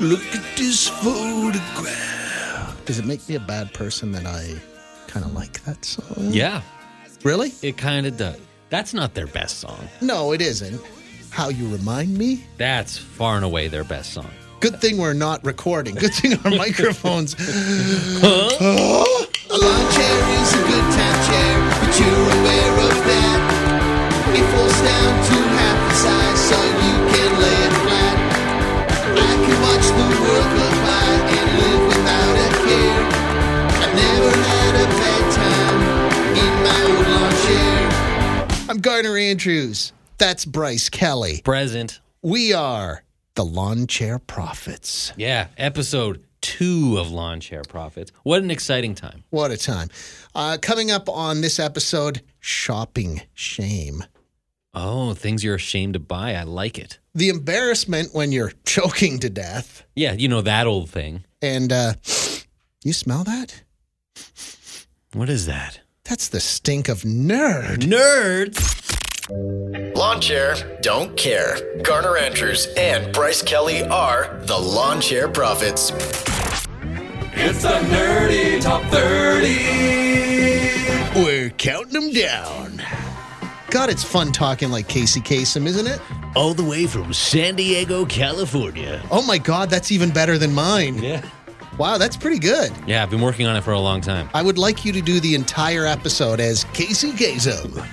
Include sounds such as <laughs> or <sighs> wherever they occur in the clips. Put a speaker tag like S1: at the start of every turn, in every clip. S1: Look at this photograph. Does it make me a bad person that I kind of like that song?
S2: Yeah,
S1: Really?
S2: it kind of does. That's not their best song.
S1: No, it isn't. How you remind me?
S2: That's far and away their best song.
S1: Good thing we're not recording. Good thing our microphones. Oh, a lawn chair is a good time chair, but you're aware of that. It falls down to half the size, so you can lay it flat. I can watch the world go by and live without a care. I never had a bad time in my old lawn chair. I'm Garner Andrews. That's Bryce Kelly.
S2: Present.
S1: We are the Lawn Chair Prophets.
S2: Yeah, episode two of Lawn Chair Profits. What an exciting time.
S1: What a time. Uh, coming up on this episode, shopping shame.
S2: Oh, things you're ashamed to buy. I like it.
S1: The embarrassment when you're <laughs> choking to death.
S2: Yeah, you know that old thing.
S1: And uh, you smell that?
S2: What is that?
S1: That's the stink of nerd.
S2: Nerds.
S3: Lawn Chair Don't Care. Garner Andrews and Bryce Kelly are the Lawn Chair Prophets.
S4: It's the nerdy top 30.
S1: We're counting them down. God, it's fun talking like Casey Kasem, isn't it?
S2: All the way from San Diego, California.
S1: Oh my God, that's even better than mine.
S2: Yeah.
S1: Wow, that's pretty good.
S2: Yeah, I've been working on it for a long time.
S1: I would like you to do the entire episode as Casey Kasem.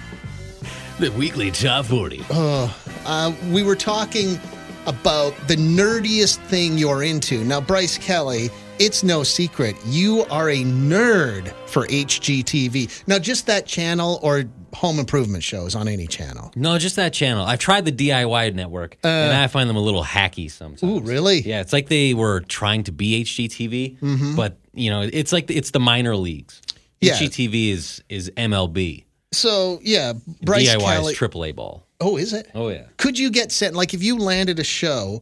S2: The weekly top 40.
S1: Uh, we were talking about the nerdiest thing you're into. Now, Bryce Kelly, it's no secret. You are a nerd for HGTV. Now, just that channel or home improvement shows on any channel.
S2: No, just that channel. I've tried the DIY network, and I find them a little hacky sometimes.
S1: Uh. Ooh, <laughs> really?
S2: Yeah, it's like they were trying to be HGTV, but you know, it's like it's the minor leagues.
S1: Mm-hmm. Yeah.
S2: HGTV is is MLB.
S1: So, yeah, Bryce
S2: DIY
S1: Kelly.
S2: is AAA ball.
S1: oh, is it?
S2: Oh yeah.
S1: Could you get sent, like, if you landed a show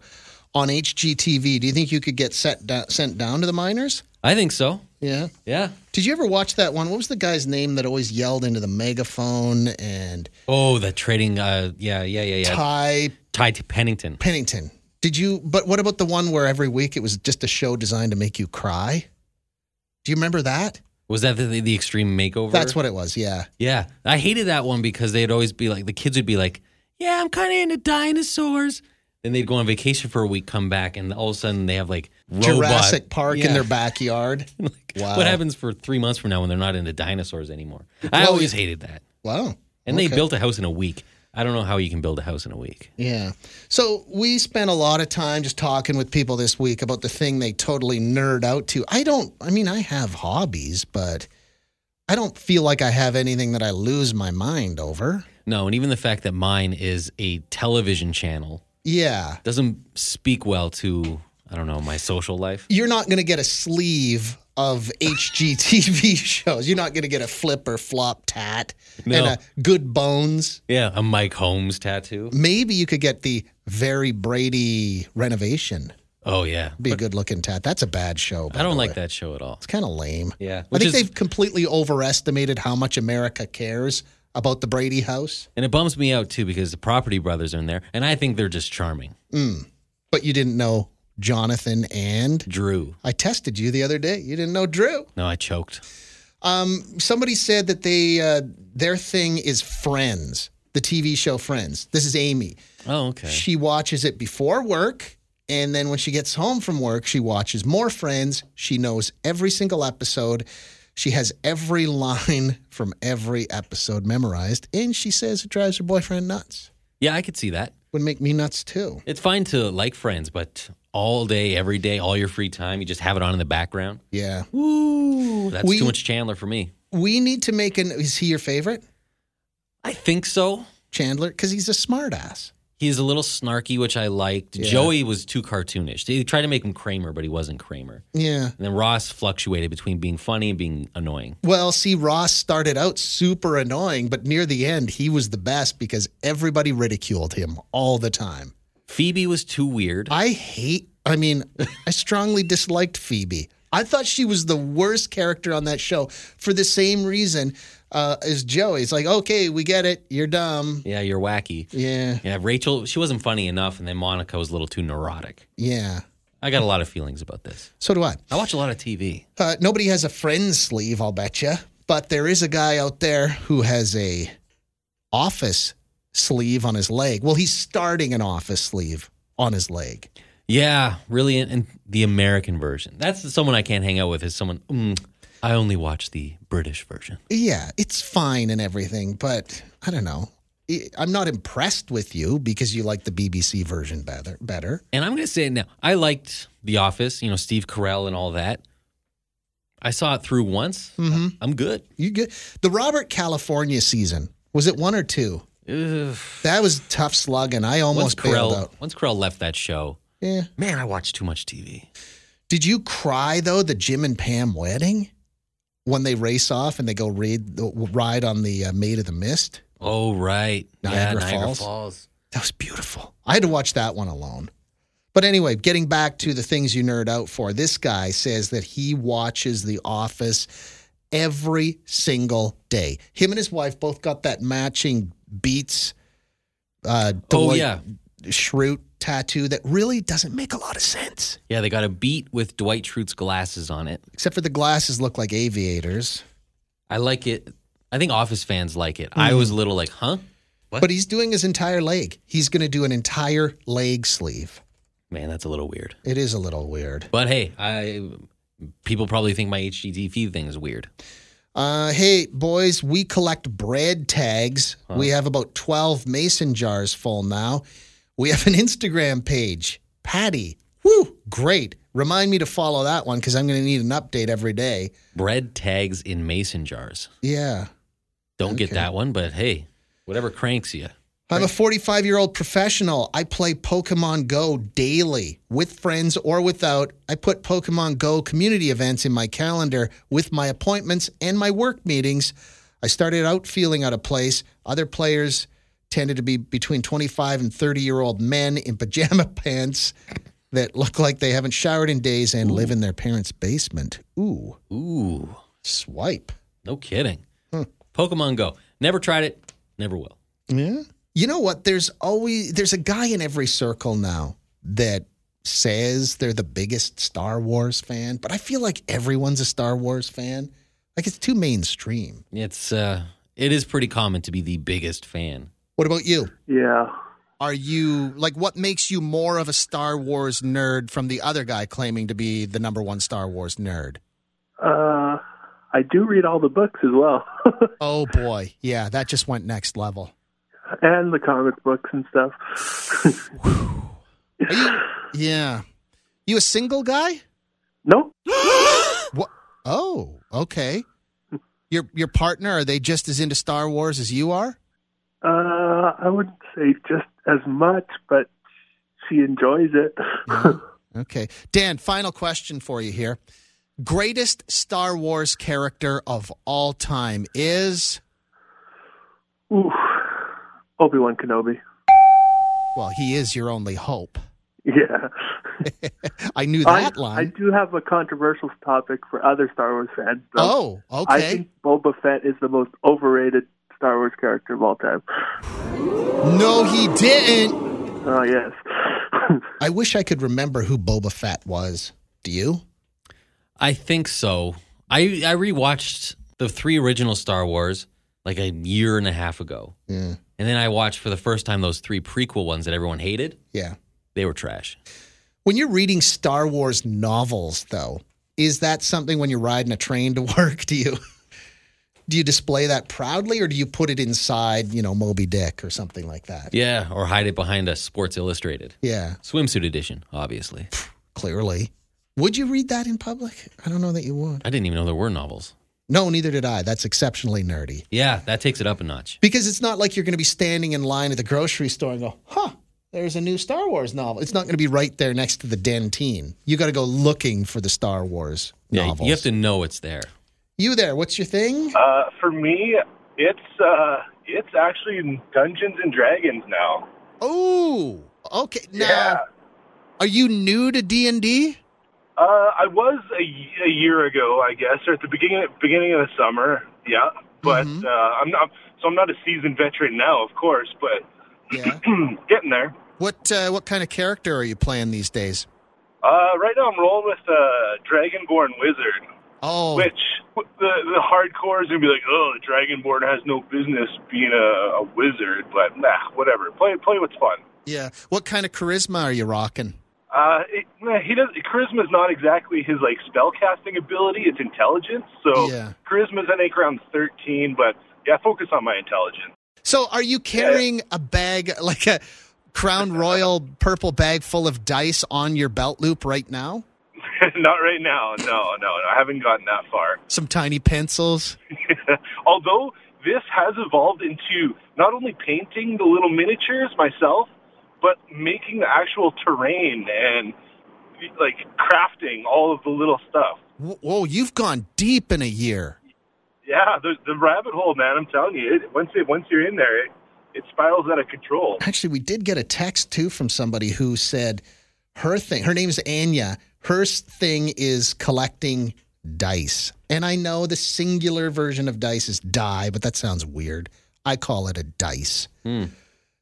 S1: on HGTV, do you think you could get set do- sent down to the minors?
S2: I think so.
S1: Yeah.
S2: Yeah.
S1: Did you ever watch that one? What was the guy's name that always yelled into the megaphone and
S2: Oh, the trading. Uh, yeah, yeah, yeah, yeah.
S1: Ty
S2: Ty Pennington.
S1: Pennington. Did you? But what about the one where every week it was just a show designed to make you cry? Do you remember that?
S2: Was that the, the extreme makeover?
S1: That's what it was. Yeah.
S2: Yeah, I hated that one because they'd always be like the kids would be like, "Yeah, I'm kind of into dinosaurs." Then they'd go on vacation for a week, come back, and all of a sudden they have like robot.
S1: Jurassic Park in
S2: Yeah.
S1: their backyard.
S2: <laughs> Like,
S1: Wow.
S2: What happens for three months from now when they're not into dinosaurs anymore? I
S1: Well,
S2: always hated that.
S1: Wow.
S2: And
S1: Okay.
S2: they built a house in a week. I don't know how you can build a house in a week.
S1: Yeah. So we spent a lot of time just talking with people this week about the thing they totally nerd out to. I don't, I mean, I have hobbies, but I don't feel like I have anything that I lose my mind over.
S2: No, and even the fact that mine is a television channel
S1: Yeah.
S2: doesn't speak well to I don't know my social life.
S1: you're not going to get a sleeve of HGTV shows. You're not going to get a flip or flop tat
S2: No.
S1: and a good bones.
S2: Yeah, a Mike Holmes tattoo.
S1: Maybe you could get the very Brady renovation.
S2: Oh yeah,
S1: Be a good looking tat. That's a bad show.
S2: I don't like that show at all.
S1: It's kind of lame.
S2: Yeah,
S1: I
S2: which
S1: think
S2: is-
S1: they've completely overestimated how much America cares about the Brady house.
S2: And it bums me out too because the Property Brothers are in there, and I think they're just charming.
S1: But you didn't know Jonathan and
S2: Drew.
S1: I tested you the other day. You didn't know Drew.
S2: No, I choked.
S1: somebody said that they uh, their thing is Friends, the TV show Friends. This is Amy.
S2: Oh, okay.
S1: She watches it before work, and then when she gets home from work, she watches more Friends. She knows every single episode. She has every <laughs> line from every episode memorized, and she says it drives her boyfriend nuts.
S2: Yeah, I could see that.
S1: Would make me nuts too.
S2: It's fine to like friends, but all day, every day, all your free time, you just have it on in the background.
S1: Yeah.
S2: Ooh, that's
S1: We-
S2: too much Chandler for me.
S1: We need to make an. Is he your favorite?
S2: I think so.
S1: Chandler? Because he's a smartass.
S2: He's a little snarky, which I liked.
S1: Yeah.
S2: Joey was too cartoonish. They tried to make him Kramer, but he wasn't Kramer.
S1: Yeah.
S2: And then Ross fluctuated between being funny and being annoying.
S1: Well, see, Ross started out super annoying, but near the end, he was the best because everybody ridiculed him all the time.
S2: Phoebe was too weird.
S1: I hate, I mean, <laughs> I strongly disliked Phoebe. I thought she was the worst character on that show for the same reason uh, as Joey. It's like, okay, we get it. You're dumb.
S2: yeah, you're wacky.
S1: Yeah,
S2: Yeah, Rachel, she wasn't funny enough, and then Monica was a little too neurotic.
S1: yeah.
S2: I got a lot of feelings about this.
S1: So do I.
S2: I watch a lot of TV.
S1: Uh, nobody has a friends sleeve, I'll bet you. But there is a guy out there who has a office sleeve on his leg. Well, he's starting an office sleeve on his leg.
S2: Yeah, really, and, and the American version. That's the- someone I can't hang out with. Is someone mm, I only watch the British version.
S1: Yeah, it's fine and everything, but I don't know. I- I'm not impressed with you because you like the BBC version better. Better.
S2: And I'm gonna say it now. I liked The Office. You know, Steve Carell and all that. I saw it through once.
S1: Mm-hmm.
S2: I'm good.
S1: You get the Robert California season. Was it one or two?
S2: Ugh.
S1: That was tough slug, and I
S2: Once
S1: almost bailed
S2: Carell,
S1: out.
S2: once Carell left that show,
S1: Yeah.
S2: man, I watched too much TV.
S1: Did you cry though the Jim and Pam wedding when they race off and they go raid, ride on the uh, Maid of the Mist?
S2: Oh right,
S1: Niagara
S2: yeah, Niagara
S1: Falls?
S2: Falls.
S1: That was beautiful. I had to watch that one alone. But anyway, getting back to the things you nerd out for, this guy says that he watches The Office every single day. Him and his wife both got that matching Beats uh,
S2: Oh
S1: Deloitte
S2: yeah,
S1: Schrute tattoo that really doesn't make a lot of sense,
S2: yeah. They got a beat with Dwight Schrute's glasses on it.
S1: except for the glasses look like aviators.
S2: I like it. I think Office fans like it.
S1: Mm-hmm.
S2: I was a little like, huh? What?
S1: But he's doing his entire leg. He's going to do an entire leg sleeve.
S2: Man, that's a little weird.
S1: It is a little weird.
S2: But hey, I people probably think my HGTV thing is weird.
S1: Uh, hey, boys, we collect bread tags. We have about 12 mason jars full now. We have an Instagram page. Patty, woo, great. Remind me to follow that one because I'm going to need an update every day.
S2: Bread tags in mason jars.
S1: Yeah.
S2: Don't get
S1: Okay.
S2: that one, but hey, whatever cranks you.
S1: I'm a 45 year old professional. I play Pokemon Go daily with friends or without. I put Pokemon Go community events in my calendar with my appointments and my work meetings. I started out feeling out of place. Other players tended to be between 25 and 30 year old men in <laughs> pajama pants that look like they haven't showered in days and live in their parents' basement. Ooh,
S2: Ooh,
S1: swipe.
S2: no kidding. Pokemon Go. Never tried it. Never will.
S1: Yeah. You know what? There's always there's a guy in every circle now that says they're the biggest Star Wars fan, but I feel like everyone's a Star Wars fan. Like it's too mainstream.
S2: It's uh, it is pretty common to be the biggest fan.
S1: What about you?
S5: Yeah.
S1: Are you like what makes you more of a Star Wars nerd from the other guy claiming to be the number one Star Wars nerd?
S5: Uh, I do read all the books as well, <laughs>
S1: Oh boy. Yeah, that just went next level.
S5: and the comic books and stuff. <laughs>
S1: Yeah. You a single guy?
S5: Nope.
S1: What? Oh, okay. Your your partner are they just as into Star Wars as you are?
S5: Uh, I wouldn't say just as much, but she enjoys it. <laughs>
S1: Okay, Dan. Final question for you here. Greatest Star Wars character of all time is
S5: Ooh, Obi Wan Kenobi. <laughs>
S1: well, he is your only hope. <laughs>
S5: Yeah.
S1: I knew
S5: I,
S1: that
S5: I
S1: line.
S5: do have a controversial topic for other Star Wars fans. though.
S1: oh,
S5: I
S1: okay.
S5: think Boba Fett is the most overrated Star Wars character of
S1: <sighs>
S5: all time.
S1: No, he didn't.
S5: Oh, yes. <laughs>
S1: I wish I could remember who Boba Fett was. Do you?
S2: I think so. I I rewatched the three original Star Wars like a year and a half ago.
S1: Yeah.
S2: And then I watched for the first time those three prequel ones that everyone hated.
S1: Yeah.
S2: They were trash.
S1: When you're reading Star Wars novels, though, is that something when you're riding a train to <laughs> work? Do you do you display that proudly, or do you put it inside, you know, Moby Dick or something like that?
S2: Yeah, or hide it behind a Sports Illustrated
S1: Yeah,
S2: swimsuit edition, obviously.
S1: clearly. Would you read that in public? I don't know that you would.
S2: I didn't even know there were novels.
S1: No, neither did I. That's exceptionally nerdy
S2: Yeah, that takes it up a notch.
S1: because it's not like you're going to be standing in line at the grocery store and go, "Huh." There's a new Star Wars novel. It's not going to be right there next to the dentine. You got to go looking for the Star Wars
S2: Yeah,
S1: novels.
S2: you have to know it's there.
S1: You there? What's your thing?
S6: Uh, for me, it's uh, it's actually Dungeons and Dragons now.
S1: Oh, okay. Now,
S6: Yeah.
S1: are you new to D and D?
S6: Uh, I was a, y- a year ago, I guess, or at the beginning beginning of the summer. Yeah, but
S1: Mhm.
S6: uh, I'm not. So I'm not a seasoned veteran now, of course, but <clears throat>
S1: Yeah.
S6: getting there.
S1: What uh, What kind of character are you playing these days?
S6: Uh, right now I'm rolling with uh, Dragonborn Wizard,
S1: Oh,
S6: which w- the the hardcore is gonna be like, oh, the Dragonborn has no business being a, a wizard, but nah, whatever. Play play what's fun.
S1: yeah. What kind of charisma are you rocking?
S6: Uh, it, nah, he does charisma is not exactly his like spell casting ability. It's intelligence. So
S1: Yeah.
S6: charisma's I think around thirteen, but yeah, focus on my intelligence. <laughs>
S1: So, are you carrying a bag like a Crown Royal purple bag full of dice on your belt loop right now?
S6: not right now. No, no, no, I haven't gotten that far. <laughs>
S1: Some tiny pencils.
S6: Although this has evolved into not only painting the little miniatures myself, but making the actual terrain and like crafting all of the little stuff.
S1: Wh- Whoa, you've gone deep in a year.
S6: Yeah, the, the rabbit hole, man. I'm telling you, it, once it, once you're in there, it, it spirals out of control.
S1: Actually, we did get a text too from somebody who said her thing, her name's Anya, her s- thing is collecting dice. And I know the singular version of dice is die, but that sounds weird. I call it a dice. And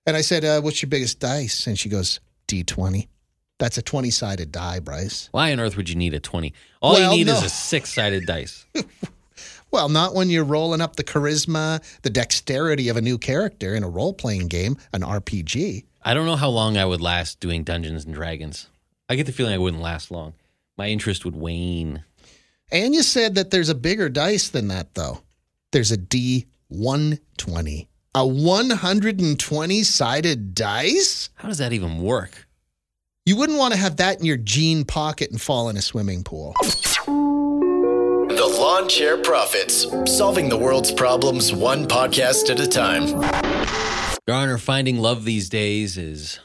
S1: I said, uh, What's your biggest dice? And she goes, D20. That's a 20 sided die, Bryce.
S2: Why on earth would you need a 20? All
S1: Well,
S2: you need
S1: no.
S2: is a six sided dice.
S1: Well, not when you're rolling up the charisma, the dexterity of a new character in a role playing game, an RPG.
S2: I don't know how long I would last doing Dungeons and Dragons. I get the feeling I wouldn't last long. My interest would wane.
S1: And you said that there's a bigger dice than that, though. There's a D120. A 120 sided dice?
S2: How does that even work?
S1: You wouldn't want to have that in your jean pocket and fall in a swimming pool.
S3: The Lawn Chair Profits, solving the world's problems one podcast at a time.
S2: Garner, finding love these days is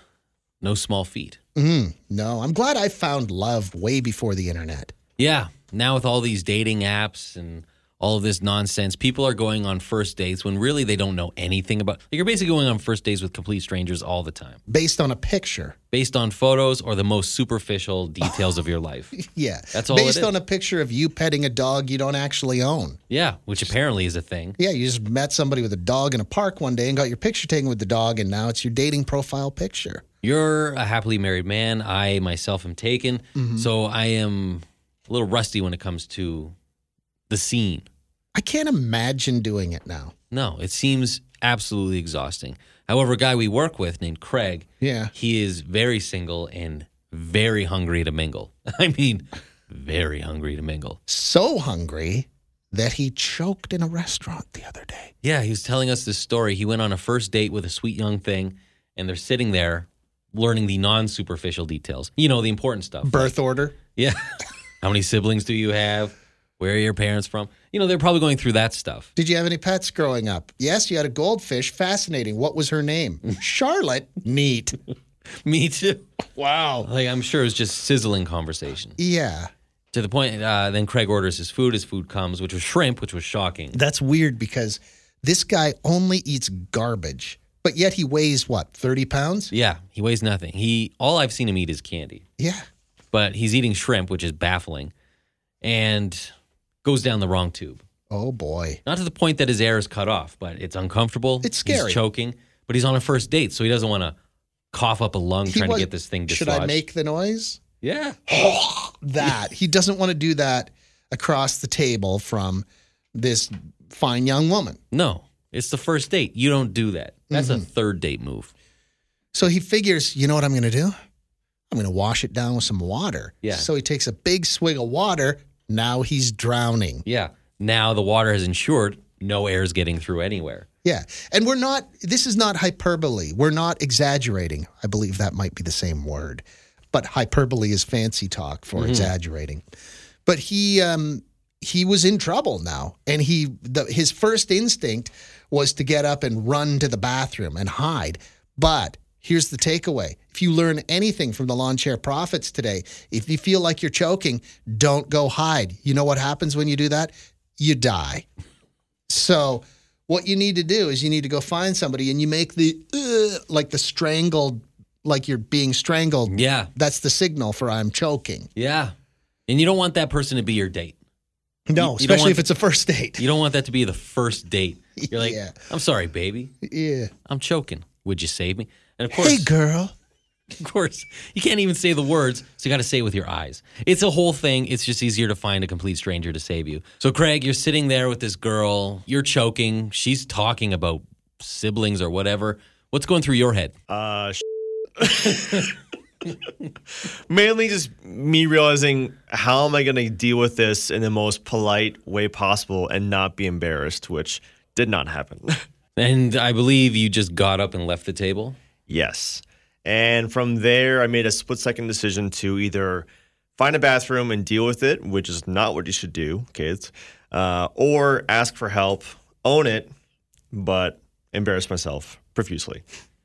S2: no small feat.
S1: Mm, no, I'm glad I found love way before the internet.
S2: Yeah, now with all these dating apps and all of this nonsense, people are going on first dates when really they don't know anything about. Like you're basically going on first dates with complete strangers all the time,
S1: Based on a picture. <laughs>
S2: based on photos or the most superficial details of your life.
S1: Yeah.
S2: That's all it
S1: Based
S2: is.
S1: on a picture of you petting a dog you don't actually own.
S2: Yeah, which apparently is a thing.
S1: Yeah, you just met somebody with a dog in a park one day and got your picture taken with the dog, and now it's your dating profile picture.
S2: You're a happily married man. I myself am taken. So I am a little rusty when it comes to the scene.
S1: I can't imagine doing it now.
S2: No, it seems absolutely exhausting. However, a guy we work with named Craig,
S1: Yeah.
S2: he is very single and very hungry to mingle. <laughs> I mean, very hungry to mingle.
S1: so hungry that he choked in a restaurant the other day.
S2: Yeah, he was telling us this story. He went on a first date with a sweet young thing, and they're sitting there learning the non superficial details, you know, the important stuff.
S1: Birth order.
S2: Yeah. <laughs> How many siblings do you have? Where are your parents from? You know, they're probably going through that stuff. <laughs>
S1: Did you have any pets growing up? Yes, you had a goldfish. Fascinating. What was her <laughs> name? Charlotte. Neat.
S2: Me too.
S1: Wow.
S2: Like, I'm sure it was just sizzling conversation.
S1: Yeah.
S2: To the point, uh, then Craig orders his food. His food comes, which was shrimp, which was shocking.
S1: That's weird because this guy only eats garbage, but yet he weighs what, 30 pounds?
S2: Yeah, he weighs nothing. He all I've seen him eat is candy,
S1: Yeah.
S2: but he's eating shrimp, which is baffling, and goes down the wrong tube.
S1: Oh boy.
S2: Not to the point that his air is cut off, but it's uncomfortable.
S1: It's
S2: He's
S1: scary.
S2: choking, but he's on a first date, so he doesn't want to cough up a lung
S1: He
S2: trying
S1: was-
S2: to get this thing
S1: Should
S2: dislodged.
S1: I make the noise?
S2: Yeah.
S1: <laughs> That. he doesn't want to do that across the table from this fine young woman.
S2: No, it's the first date. You don't do that. That's
S1: Mm-hmm.
S2: a third date move.
S1: So he figures, you know what I'm going to do? I'm going to wash it down with some water.
S2: Yeah.
S1: So he takes a big swig of water. Now he's drowning.
S2: Yeah. Now the water has insured. No air is getting through anywhere.
S1: Yeah. And we're not, this is not hyperbole. We're not exaggerating. I believe that might be the same word, but hyperbole is fancy talk for exaggerating. But he, um, he was in trouble now. And he, the, his first instinct was to get up and run to the bathroom and hide. But here's the takeaway. If you learn anything from the lawn chair profits today, if you feel like you're choking, don't go hide. You know what happens when you do that? You die. So what you need to do is you need to go find somebody and you make the uh, like the strangled like you're being strangled.
S2: Yeah.
S1: That's the signal for I'm choking.
S2: Yeah. And you don't want that person to be your date.
S1: No,
S2: you don't
S1: especially
S2: want-
S1: if it's a first date.
S2: You don't want that to be the first date. You're like,
S1: <laughs> Yeah.
S2: I'm sorry, baby.
S1: Yeah.
S2: I'm choking. Would you save me? And of course,
S1: Hey girl,
S2: <laughs> Of course, you can't even say the words, so you got to say it with your eyes. It's a whole thing. It's just easier to find a complete stranger to save you. So, Craig, you're sitting there with this girl. You're choking. She's talking about siblings or whatever. What's going through your head?
S7: Uh, sh- Mainly just me realizing how am I going to deal with this in the most polite way possible and not be embarrassed, which did not happen. <laughs>
S2: And I believe you just got up and left the table.
S7: yes. And from there, I made a split second decision to either find a bathroom and deal with it, which is not what you should do, kids, uh, or ask for help, own it, but embarrass myself profusely.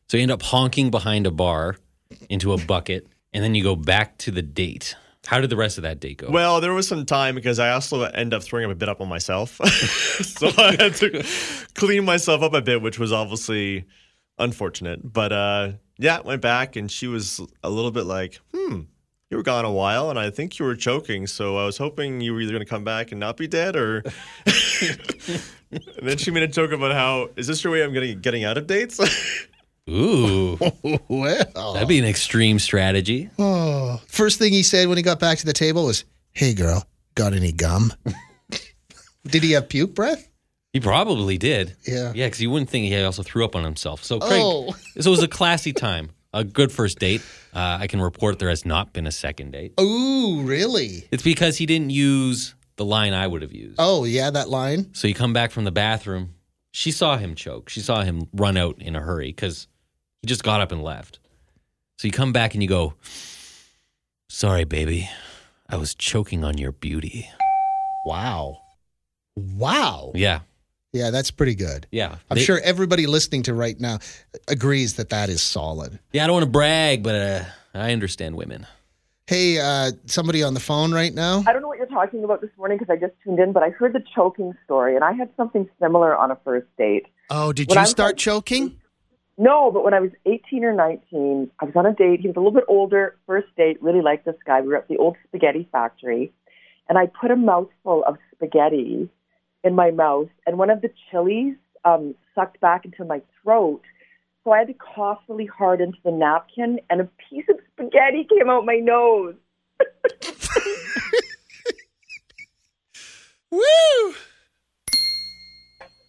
S2: So you end up honking behind a bar into a bucket, and then you go back to the date. How did the rest of that date go?
S7: Well, there was some time because I also end up throwing up a bit up on myself. <laughs> so I had to clean myself up a bit, which was obviously unfortunate. But uh, yeah, went back and she was a little bit like, hmm, you were gone a while and I think you were choking. So I was hoping you were either going to come back and not be dead or. <laughs> and then she made a joke about how, is this your way I'm getting, getting out of dates? <laughs>
S2: Ooh,
S1: <laughs> Well,
S2: that'd be an extreme strategy.
S1: oh. first thing he said when he got back to the table was, "Hey, girl, got any gum?" <laughs> Did he have puke breath?
S2: He probably did.
S1: Yeah.
S2: Yeah, because you wouldn't think he also threw up on himself. So, Craig, <laughs>
S1: Oh.
S2: so it was a classy time, a good first date. Uh, I can report there has not been a second date.
S1: Ooh, really?
S2: It's because he didn't use the line I would have used.
S1: Oh, yeah, that line.
S2: So you come back from the bathroom. She saw him choke. She saw him run out in a hurry because he just got up and left. So you come back and you go, Sorry, baby. I was choking on your beauty.
S1: Wow. Wow.
S2: Yeah.
S1: Yeah, that's pretty good.
S2: Yeah.
S1: I'm
S2: They-
S1: sure everybody listening to right now agrees that that is solid.
S2: Yeah, I don't want to brag, but uh, I understand women.
S1: Hey, uh, somebody on the phone right now?
S8: I don't know what you're talking about this morning because I just tuned in, but I heard the choking story, and I had something similar on a first date.
S1: Oh, did
S8: When
S1: you
S8: I was
S1: start
S8: like-
S1: choking?
S8: No, but when I was 18 or 19, I was on a date. He was a little bit older. First date, really liked this guy. We were at the old spaghetti factory, and I put a mouthful of spaghetti in my mouth, and one of the chilies um, sucked back into my throat. So I had to cough really hard into the napkin, and a piece of spaghetti came out my nose.
S7: Woo!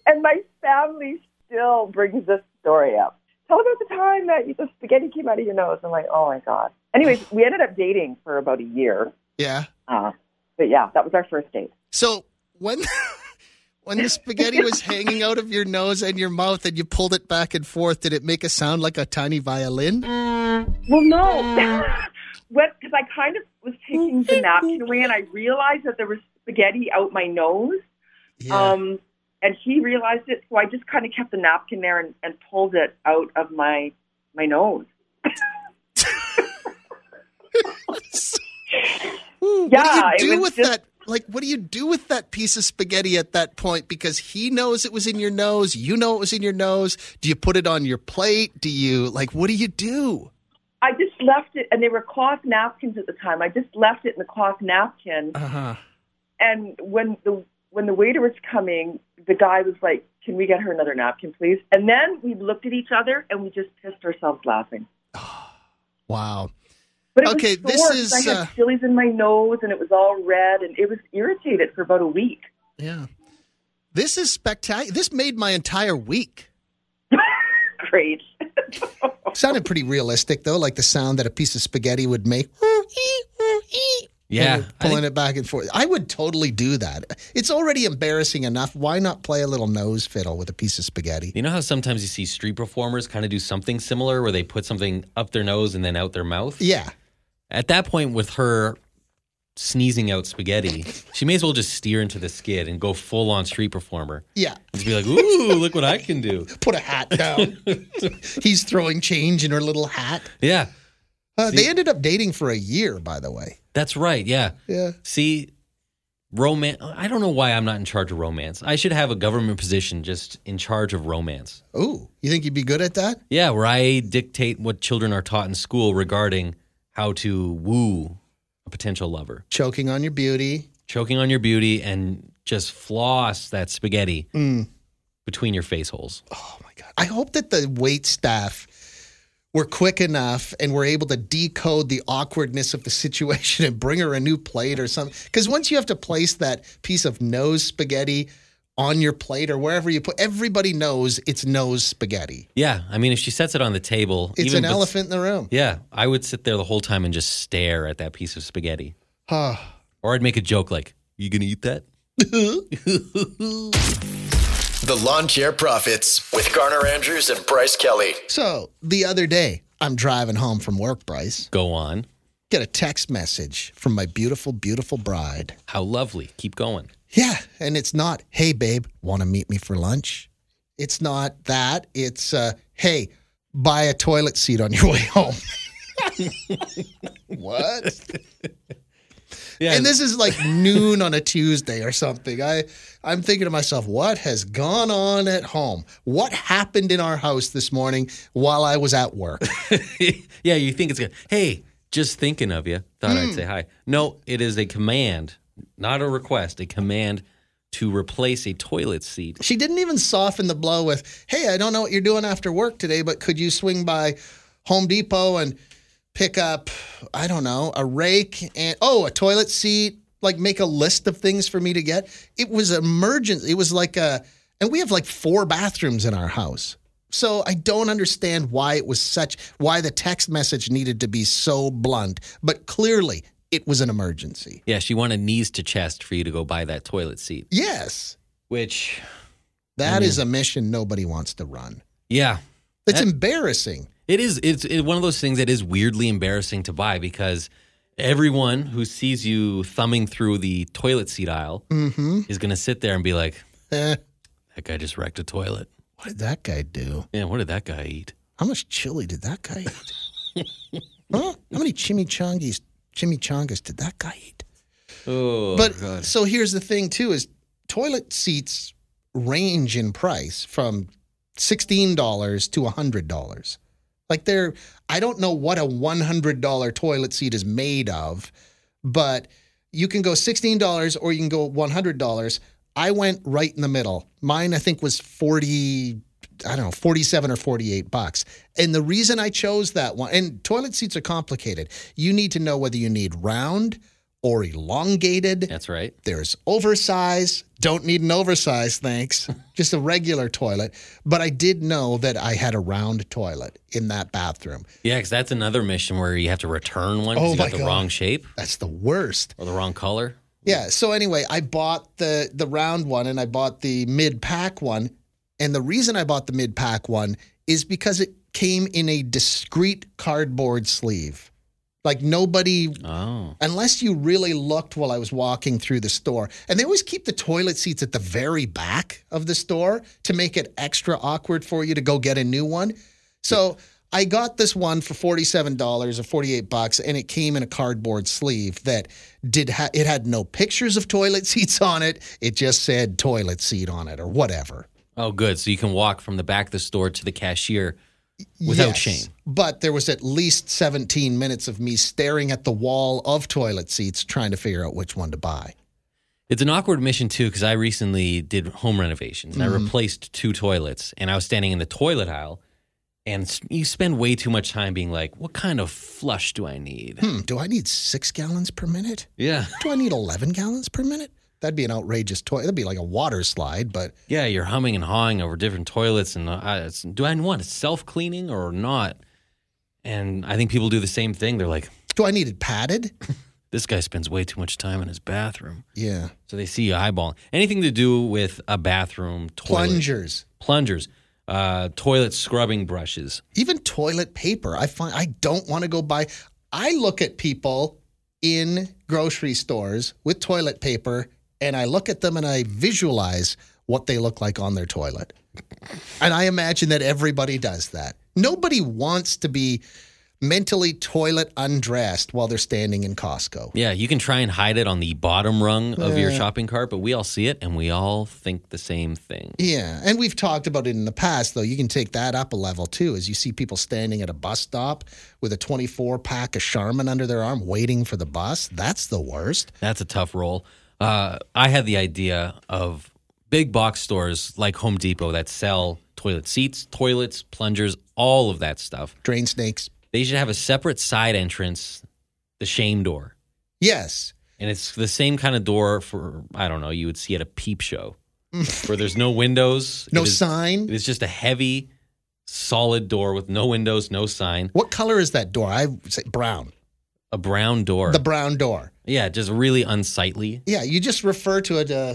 S8: And my family still brings this story up. Tell about the time that you, the spaghetti came out of your nose. I'm like, oh my god. Anyways, we ended up dating for about a year.
S1: Yeah.
S8: Uh, but yeah, that was our first date.
S1: So when <laughs> when the spaghetti was hanging out of your nose and your mouth and you pulled it back and forth, did it make a sound like a tiny
S8: Um,
S1: violin?
S8: Well, no, <laughs> because I kind of was taking the napkin away, and I realized that there was spaghetti out my nose. Um, and he realized it, so I just kind of kept the napkin there and, and pulled it out of my my nose.
S1: what
S8: yeah, it
S1: do you do
S8: was
S1: with
S8: just-
S1: that? Like, what do you do with that piece of spaghetti at that point? Because he knows it was in your nose. You know it was in your nose. Do you put it on your plate? Do you, like, what do you do?
S8: I just left it, and they were cloth napkins at the time. I just left it in the cloth napkin,
S1: Uh-huh.
S8: and when the when the waiter was coming, the guy was like, "Can we get her another napkin, please?" And then we looked at each other, and we just pissed ourselves laughing.
S1: Wow.
S8: But it was
S1: Okay,
S8: sore
S1: this
S8: 'cause
S1: is,
S8: I had
S1: uh,
S8: chilies in my nose, and it was all red, and it was irritated for about a week. <laughs>
S1: Yeah. This is spectacular. This made my entire week.
S8: Great.
S1: Sounded pretty realistic, though, like the sound that a piece of spaghetti would
S8: <laughs>
S1: make.
S2: Yeah. I
S1: Pulling
S2: think-
S1: it back and forth. I would totally do that. It's already embarrassing enough. Why not play a little nose fiddle with a piece of spaghetti?
S2: you know how sometimes you see street performers kind of do something similar where they put something up their nose and then out their mouth?
S1: Yeah.
S2: At that point, with her sneezing out spaghetti, she may as well just steer into the skid and go full on street performer.
S1: Yeah. <laughs>
S2: Just be like, ooh, look what I can do.
S1: Put a hat down. <laughs> He's throwing change in her little hat.
S2: Yeah,
S1: Uh, they ended up dating for a year, by the way.
S2: that's right. Yeah.
S1: Yeah.
S2: See, romance. I don't know why I'm not in charge of romance. I should have a government position just in charge of romance.
S1: Ooh, you think you'd be good at that?
S2: Yeah, where I dictate what children are taught in school regarding how to woo a potential lover.
S1: Choking on your beauty.
S2: Choking on your beauty and just floss that spaghetti
S1: Mm.
S2: between your face holes.
S1: Oh my god! I hope that the wait staff were quick enough and were able to decode the awkwardness of the situation and bring her a new plate or something. Because once you have to place that piece of nose spaghetti on your plate or wherever you put, everybody knows it's nose spaghetti.
S2: Yeah, I mean, if she sets it on the table,
S1: It's
S2: even
S1: an
S2: bes-
S1: elephant in the room.
S2: Yeah, I would sit there the whole time and just stare at that piece of spaghetti,
S1: Ah,
S2: or I'd make a joke like, "You gonna eat that?"
S3: The Lawn Chair Profits with Garner Andrews and Bryce Kelly.
S1: so the other day, I'm driving home from work, Bryce.
S2: Go on.
S1: Get a text message from my beautiful, beautiful bride.
S2: How lovely. Keep going. <laughs>
S1: Yeah. And it's not, hey, babe, want to meet me for lunch? It's not that. It's, uh, hey, buy a toilet seat on your <laughs> way home. what?
S2: Yeah,
S1: And this is like noon on a Tuesday or something. I, I'm thinking to myself, what has gone on at home? What happened in our house this morning while I was at work?
S2: yeah, you think it's good. Hey, just thinking of you. Thought
S1: Mm.
S2: I'd say hi. No, it is a command, not a request. A command to replace a toilet seat.
S1: She didn't even soften the blow with, "Hey, I don't know what you're doing after work today, but could you swing by Home Depot and pick up, I don't know, a rake and oh, a toilet seat, like make a list of things for me to get." It was emergency. It was like a and we have like four bathrooms in our house. So I don't understand why it was such why the text message needed to be so blunt, but clearly it was an emergency.
S2: Yeah, she wanted knees to chest for you to go buy that toilet seat,
S1: Yes,
S2: which,
S1: that is a mission nobody wants to run.
S2: yeah,
S1: That's
S2: That-
S1: embarrassing.
S2: It is. It's it, one of those things that is weirdly embarrassing to buy because everyone who sees you thumbing through the toilet seat aisle
S1: Mm-hmm.
S2: is going to sit there and be like,
S1: Eh,
S2: "That guy just wrecked a toilet.
S1: what did that guy do?
S2: Man, what did that guy eat?"
S1: How much chili did that guy eat? huh? How many chimichangas, chimichangas did that guy eat?
S2: Oh,
S1: but so here's the thing too: is toilet seats range in price from sixteen dollars to hundred dollars. Like they're, I don't know what a one hundred dollar toilet seat is made of, but you can go sixteen dollars or you can go one hundred dollars. I went right in the middle. Mine, I think, was forty. I don't know, 47 or 48 bucks. And the reason I chose that one, and toilet seats are complicated. You need to know whether you need round or elongated.
S2: that's right.
S1: There's oversize. Don't need an oversize, thanks. <laughs> Just a regular toilet. But I did know that I had a round toilet in that bathroom.
S2: Yeah, because that's another mission where you have to return one because
S1: Oh
S2: you
S1: my
S2: got the
S1: God.
S2: wrong shape
S1: That's the worst.
S2: or the wrong color.
S1: Yeah. So anyway, I bought the the round one and I bought the mid pack one. And the reason I bought the mid pack one is because it came in a discreet cardboard sleeve. Like nobody
S2: Oh,
S1: unless you really looked while I was walking through the store. And they always keep the toilet seats at the very back of the store to make it extra awkward for you to go get a new one. So I got this one for forty-seven dollars or forty-eight bucks, and it came in a cardboard sleeve that did ha- it had no pictures of toilet <laughs> seats on it. It just said toilet seat on it or whatever.
S2: oh, good. So you can walk from the back of the store to the cashier without shame.
S1: But there was at least 17 minutes of me staring at the wall of toilet seats trying to figure out which one to buy.
S2: It's an awkward mission too because I recently did home renovations and I replaced two toilets and I was standing in the toilet aisle and s- you spend way too much time being like, what kind of flush do I need?
S1: Hmm, do I need six gallons per minute?
S2: Yeah.
S1: Do I need 11 gallons per minute? That'd be an outrageous toy. That'd be like a water slide, but
S2: Yeah, you're humming and hawing over different toilets and uh, I, it's, do I want self cleaning or not? And I think people do the same thing. They're like,
S1: do I need it padded?
S2: this guy spends way too much time in his bathroom.
S1: Yeah.
S2: So they see you eyeballing. Anything to do with a bathroom toilet.
S1: Plungers,
S2: Plungers. Uh, toilet scrubbing brushes.
S1: even toilet paper. I find I don't want to go buy. I look at people in grocery stores with toilet paper and I look at them and I visualize what they look like on their toilet. And I imagine that everybody does that. Nobody wants to be mentally toilet undressed while they're standing in Costco.
S2: Yeah, you can try and hide it on the bottom rung of your shopping cart, but we all see it and we all think the same thing.
S1: Yeah, and we've talked about it in the past, though. You can take that up a level too, as you see people standing at a bus stop with a 24 pack of Charmin under their arm, waiting for the bus. That's the worst.
S2: That's a tough role. Uh, I had the idea of big box stores like Home Depot that sell toilet seats, toilets, plungers, all of that stuff.
S1: Drain snakes.
S2: They should have a separate side entrance, the shame door.
S1: Yes.
S2: And it's the same kind of door for, I don't know, you would see at a
S1: <laughs>
S2: peep show where there's no windows,
S1: No
S2: It is-
S1: sign.
S2: It's just a heavy, solid door with no windows, no sign,
S1: What color is that door? I would say brown.
S2: a brown door.
S1: The brown door.
S2: yeah, just really unsightly.
S1: Yeah, you just refer to it. Uh,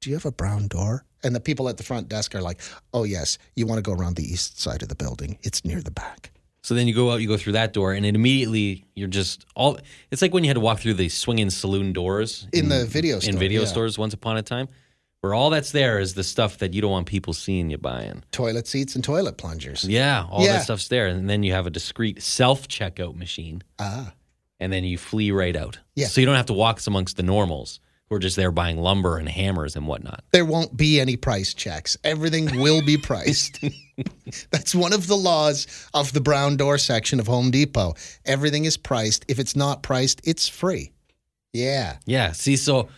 S1: Do you have a brown door? And the people at the front desk are like, "Oh yes, you want to go around the east side of the building. It's near the back."
S2: So then you go out, you go through that door, and it immediately you're just all. It's like when you had to walk through the swinging saloon doors
S1: In the video store,
S2: Mm. in video
S1: yeah.
S2: stores once upon a time, where all that's there is the stuff that you don't want people seeing you buying.
S1: Toilet seats and toilet plungers.
S2: Yeah, all
S1: Yeah.
S2: that stuff's there, and then you have a discreet self checkout machine,
S1: Ah,
S2: and then you flee right out.
S1: Yeah.
S2: So you don't have to walk amongst the normals who are just there buying lumber and hammers and whatnot.
S1: there won't be any price checks. Everything will be <laughs> priced. That's one of the laws of the brown door section of Home Depot. Everything is priced. If it's not priced, it's free. Yeah.
S2: Yeah. See, so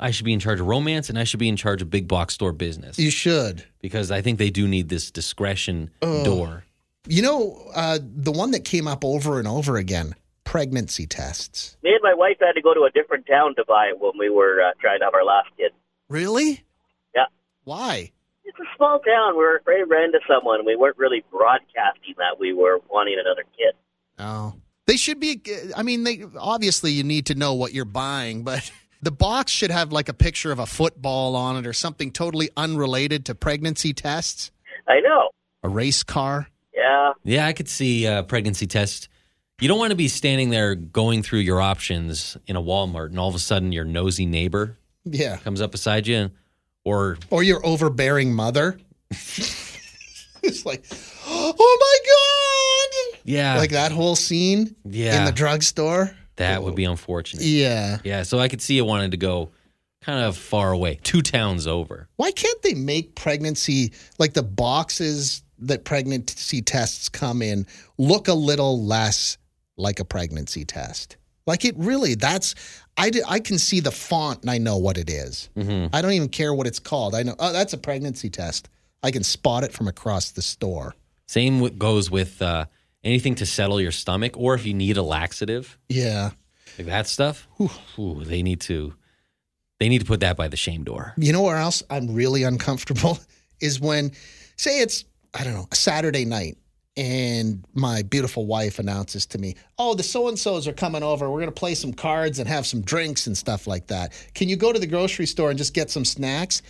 S2: I should be in charge of romance, and I should be in charge of big box store business.
S1: You should.
S2: because I think they do need this discretion door.
S1: You know, uh, the one that came up over and over again pregnancy tests.
S9: Me and my wife had to go to a different town to buy it when we were uh, trying to have our last kid.
S1: Really?
S9: Yeah.
S1: Why?
S9: It's a small town. We were afraid we ran into someone. We weren't really broadcasting that we were wanting another kid.
S1: Oh. They should be, uh, I mean, they obviously you need to know what you're buying, but <laughs> the box should have like a picture of a football on it or something totally unrelated to pregnancy tests,
S9: I know.
S1: a race car.
S9: Yeah.
S2: Yeah, I could see a pregnancy test. You don't want to be standing there going through your options in a Walmart and all of a sudden your nosy neighbor
S1: Yeah.
S2: comes up beside you and, or
S1: Or your overbearing mother. <laughs> it's like, oh my God.
S2: yeah,
S1: Like that whole scene
S2: Uh, yeah,
S1: in the drugstore.
S2: that would be unfortunate. Yeah.
S1: Yeah.
S2: so I could see it wanted to go kind of far away, two towns over.
S1: Why can't they make pregnancy like the boxes that pregnancy tests come in look a little less like a pregnancy test? Like it really that's I, d- I can see the font and I know what it is. I don't even care what it's called. I know oh that's a pregnancy test. I can spot it from across the store.
S2: Same w- goes with uh, anything to settle your stomach, or if you need a laxative,
S1: Yeah.
S2: like that stuff. Ooh, they need to, they need to put that by the shame door.
S1: You know where else I'm really uncomfortable <laughs> is when, say, it's, I don't know, a Saturday night, and my beautiful wife announces to me, Oh, the so and so's are coming over. We're going to play some cards and have some drinks and stuff like that. Can you go to the grocery store and just get some snacks?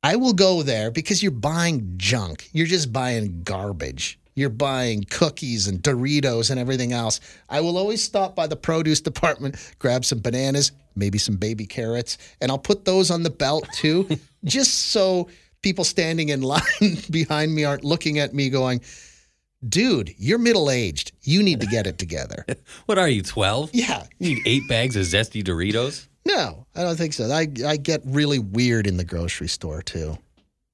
S1: I will go there because you're buying junk. You're just buying garbage. You're buying cookies and Doritos and everything else. I will always stop by the produce <laughs> department, grab some bananas, maybe some baby carrots, and I'll put those on the belt too, just so people standing in line <laughs> behind me aren't looking at me going, dude, you're middle aged. You need to get it together.
S2: What are you, 12?
S1: yeah.
S2: You need eight bags of zesty Doritos?
S1: No, I don't think so. I, I get really weird in the grocery store too.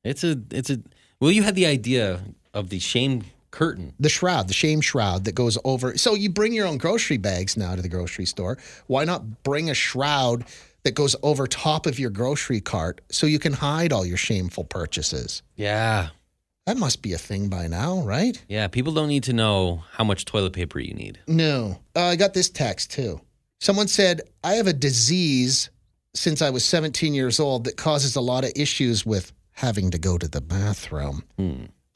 S2: It's a, it's a, well, you had the idea of the shame curtain.
S1: the shroud, the shame shroud that goes over. So you bring your own grocery bags now to the grocery store. Why not bring a shroud that goes over top of your grocery cart so you can hide all your shameful purchases?
S2: Yeah.
S1: That must be a thing by now, right?
S2: Yeah. People don't need to know how much toilet paper you need.
S1: No. Uh, I got this text too. Someone said, I have a disease since I was 17 years old that causes a lot of issues with having to go to the bathroom.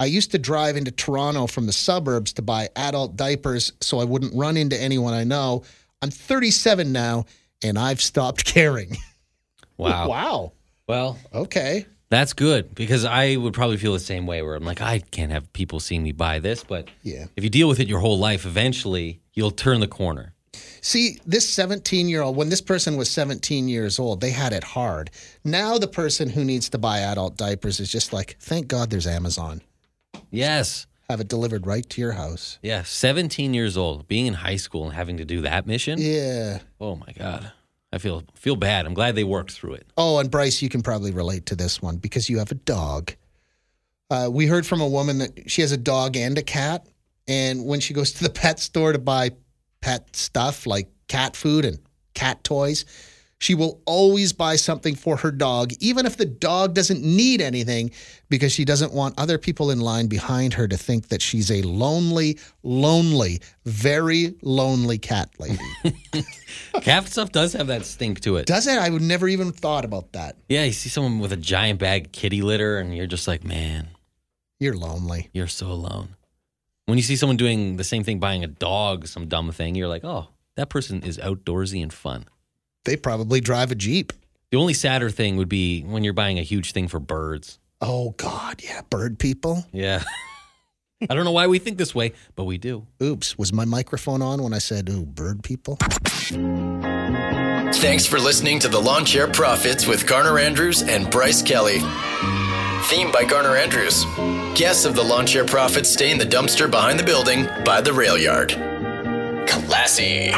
S1: I used to drive into Toronto from the suburbs to buy adult diapers so I wouldn't run into anyone I know. I'm 37 now and I've stopped <laughs> caring.
S2: Wow.
S1: wow.
S2: Well,
S1: Okay.
S2: that's good because I would probably feel the same way where I'm like, I can't have people seeing me buy this. But
S1: Yeah.
S2: if you deal with it your whole life, eventually you'll turn the corner.
S1: See, this 17 year old, when this person was 17 years old, they had it hard. Now, the person who needs to buy adult diapers is just like, thank God there's Amazon.
S2: Yes.
S1: Have it delivered right to your house.
S2: Yeah. 17 years old, being in high school and having to do that mission.
S1: Yeah.
S2: Oh my God. I feel, feel bad. I'm glad they worked through it.
S1: Oh, and Bryce, you can probably relate to this one because you have a dog. Uh, we heard from a woman that she has a dog and a cat. And when she goes to the pet store to buy pet stuff like cat food and cat toys, She will always buy something for her dog, even if the dog doesn't need anything, because she doesn't want other people in line behind her to think that she's a lonely, lonely, very lonely cat lady.
S2: Cat stuff does have that stink to it.
S1: Does it? I would never even thought about that.
S2: Yeah, you see someone with a giant bag of kitty litter, and you're just like, man,
S1: You're lonely.
S2: you're so alone. When you see someone doing the same thing, buying a dog, some dumb thing, you're like, oh, that person is outdoorsy and fun.
S1: They probably drive a Jeep.
S2: The only sadder thing would be when you're buying a huge thing for birds.
S1: Oh, God. Yeah. Bird people.
S2: Yeah. <laughs> I don't know why we think this way, but we do.
S1: Oops. Was my microphone on when I said, ooh, bird people?
S3: <laughs> Thanks for listening to the Lawn Chair Profits with Garner Andrews and Bryce Kelly. Theme by Garner Andrews. Guests of the Lawn Chair Profits stay in the dumpster behind the building by the rail yard. Classy.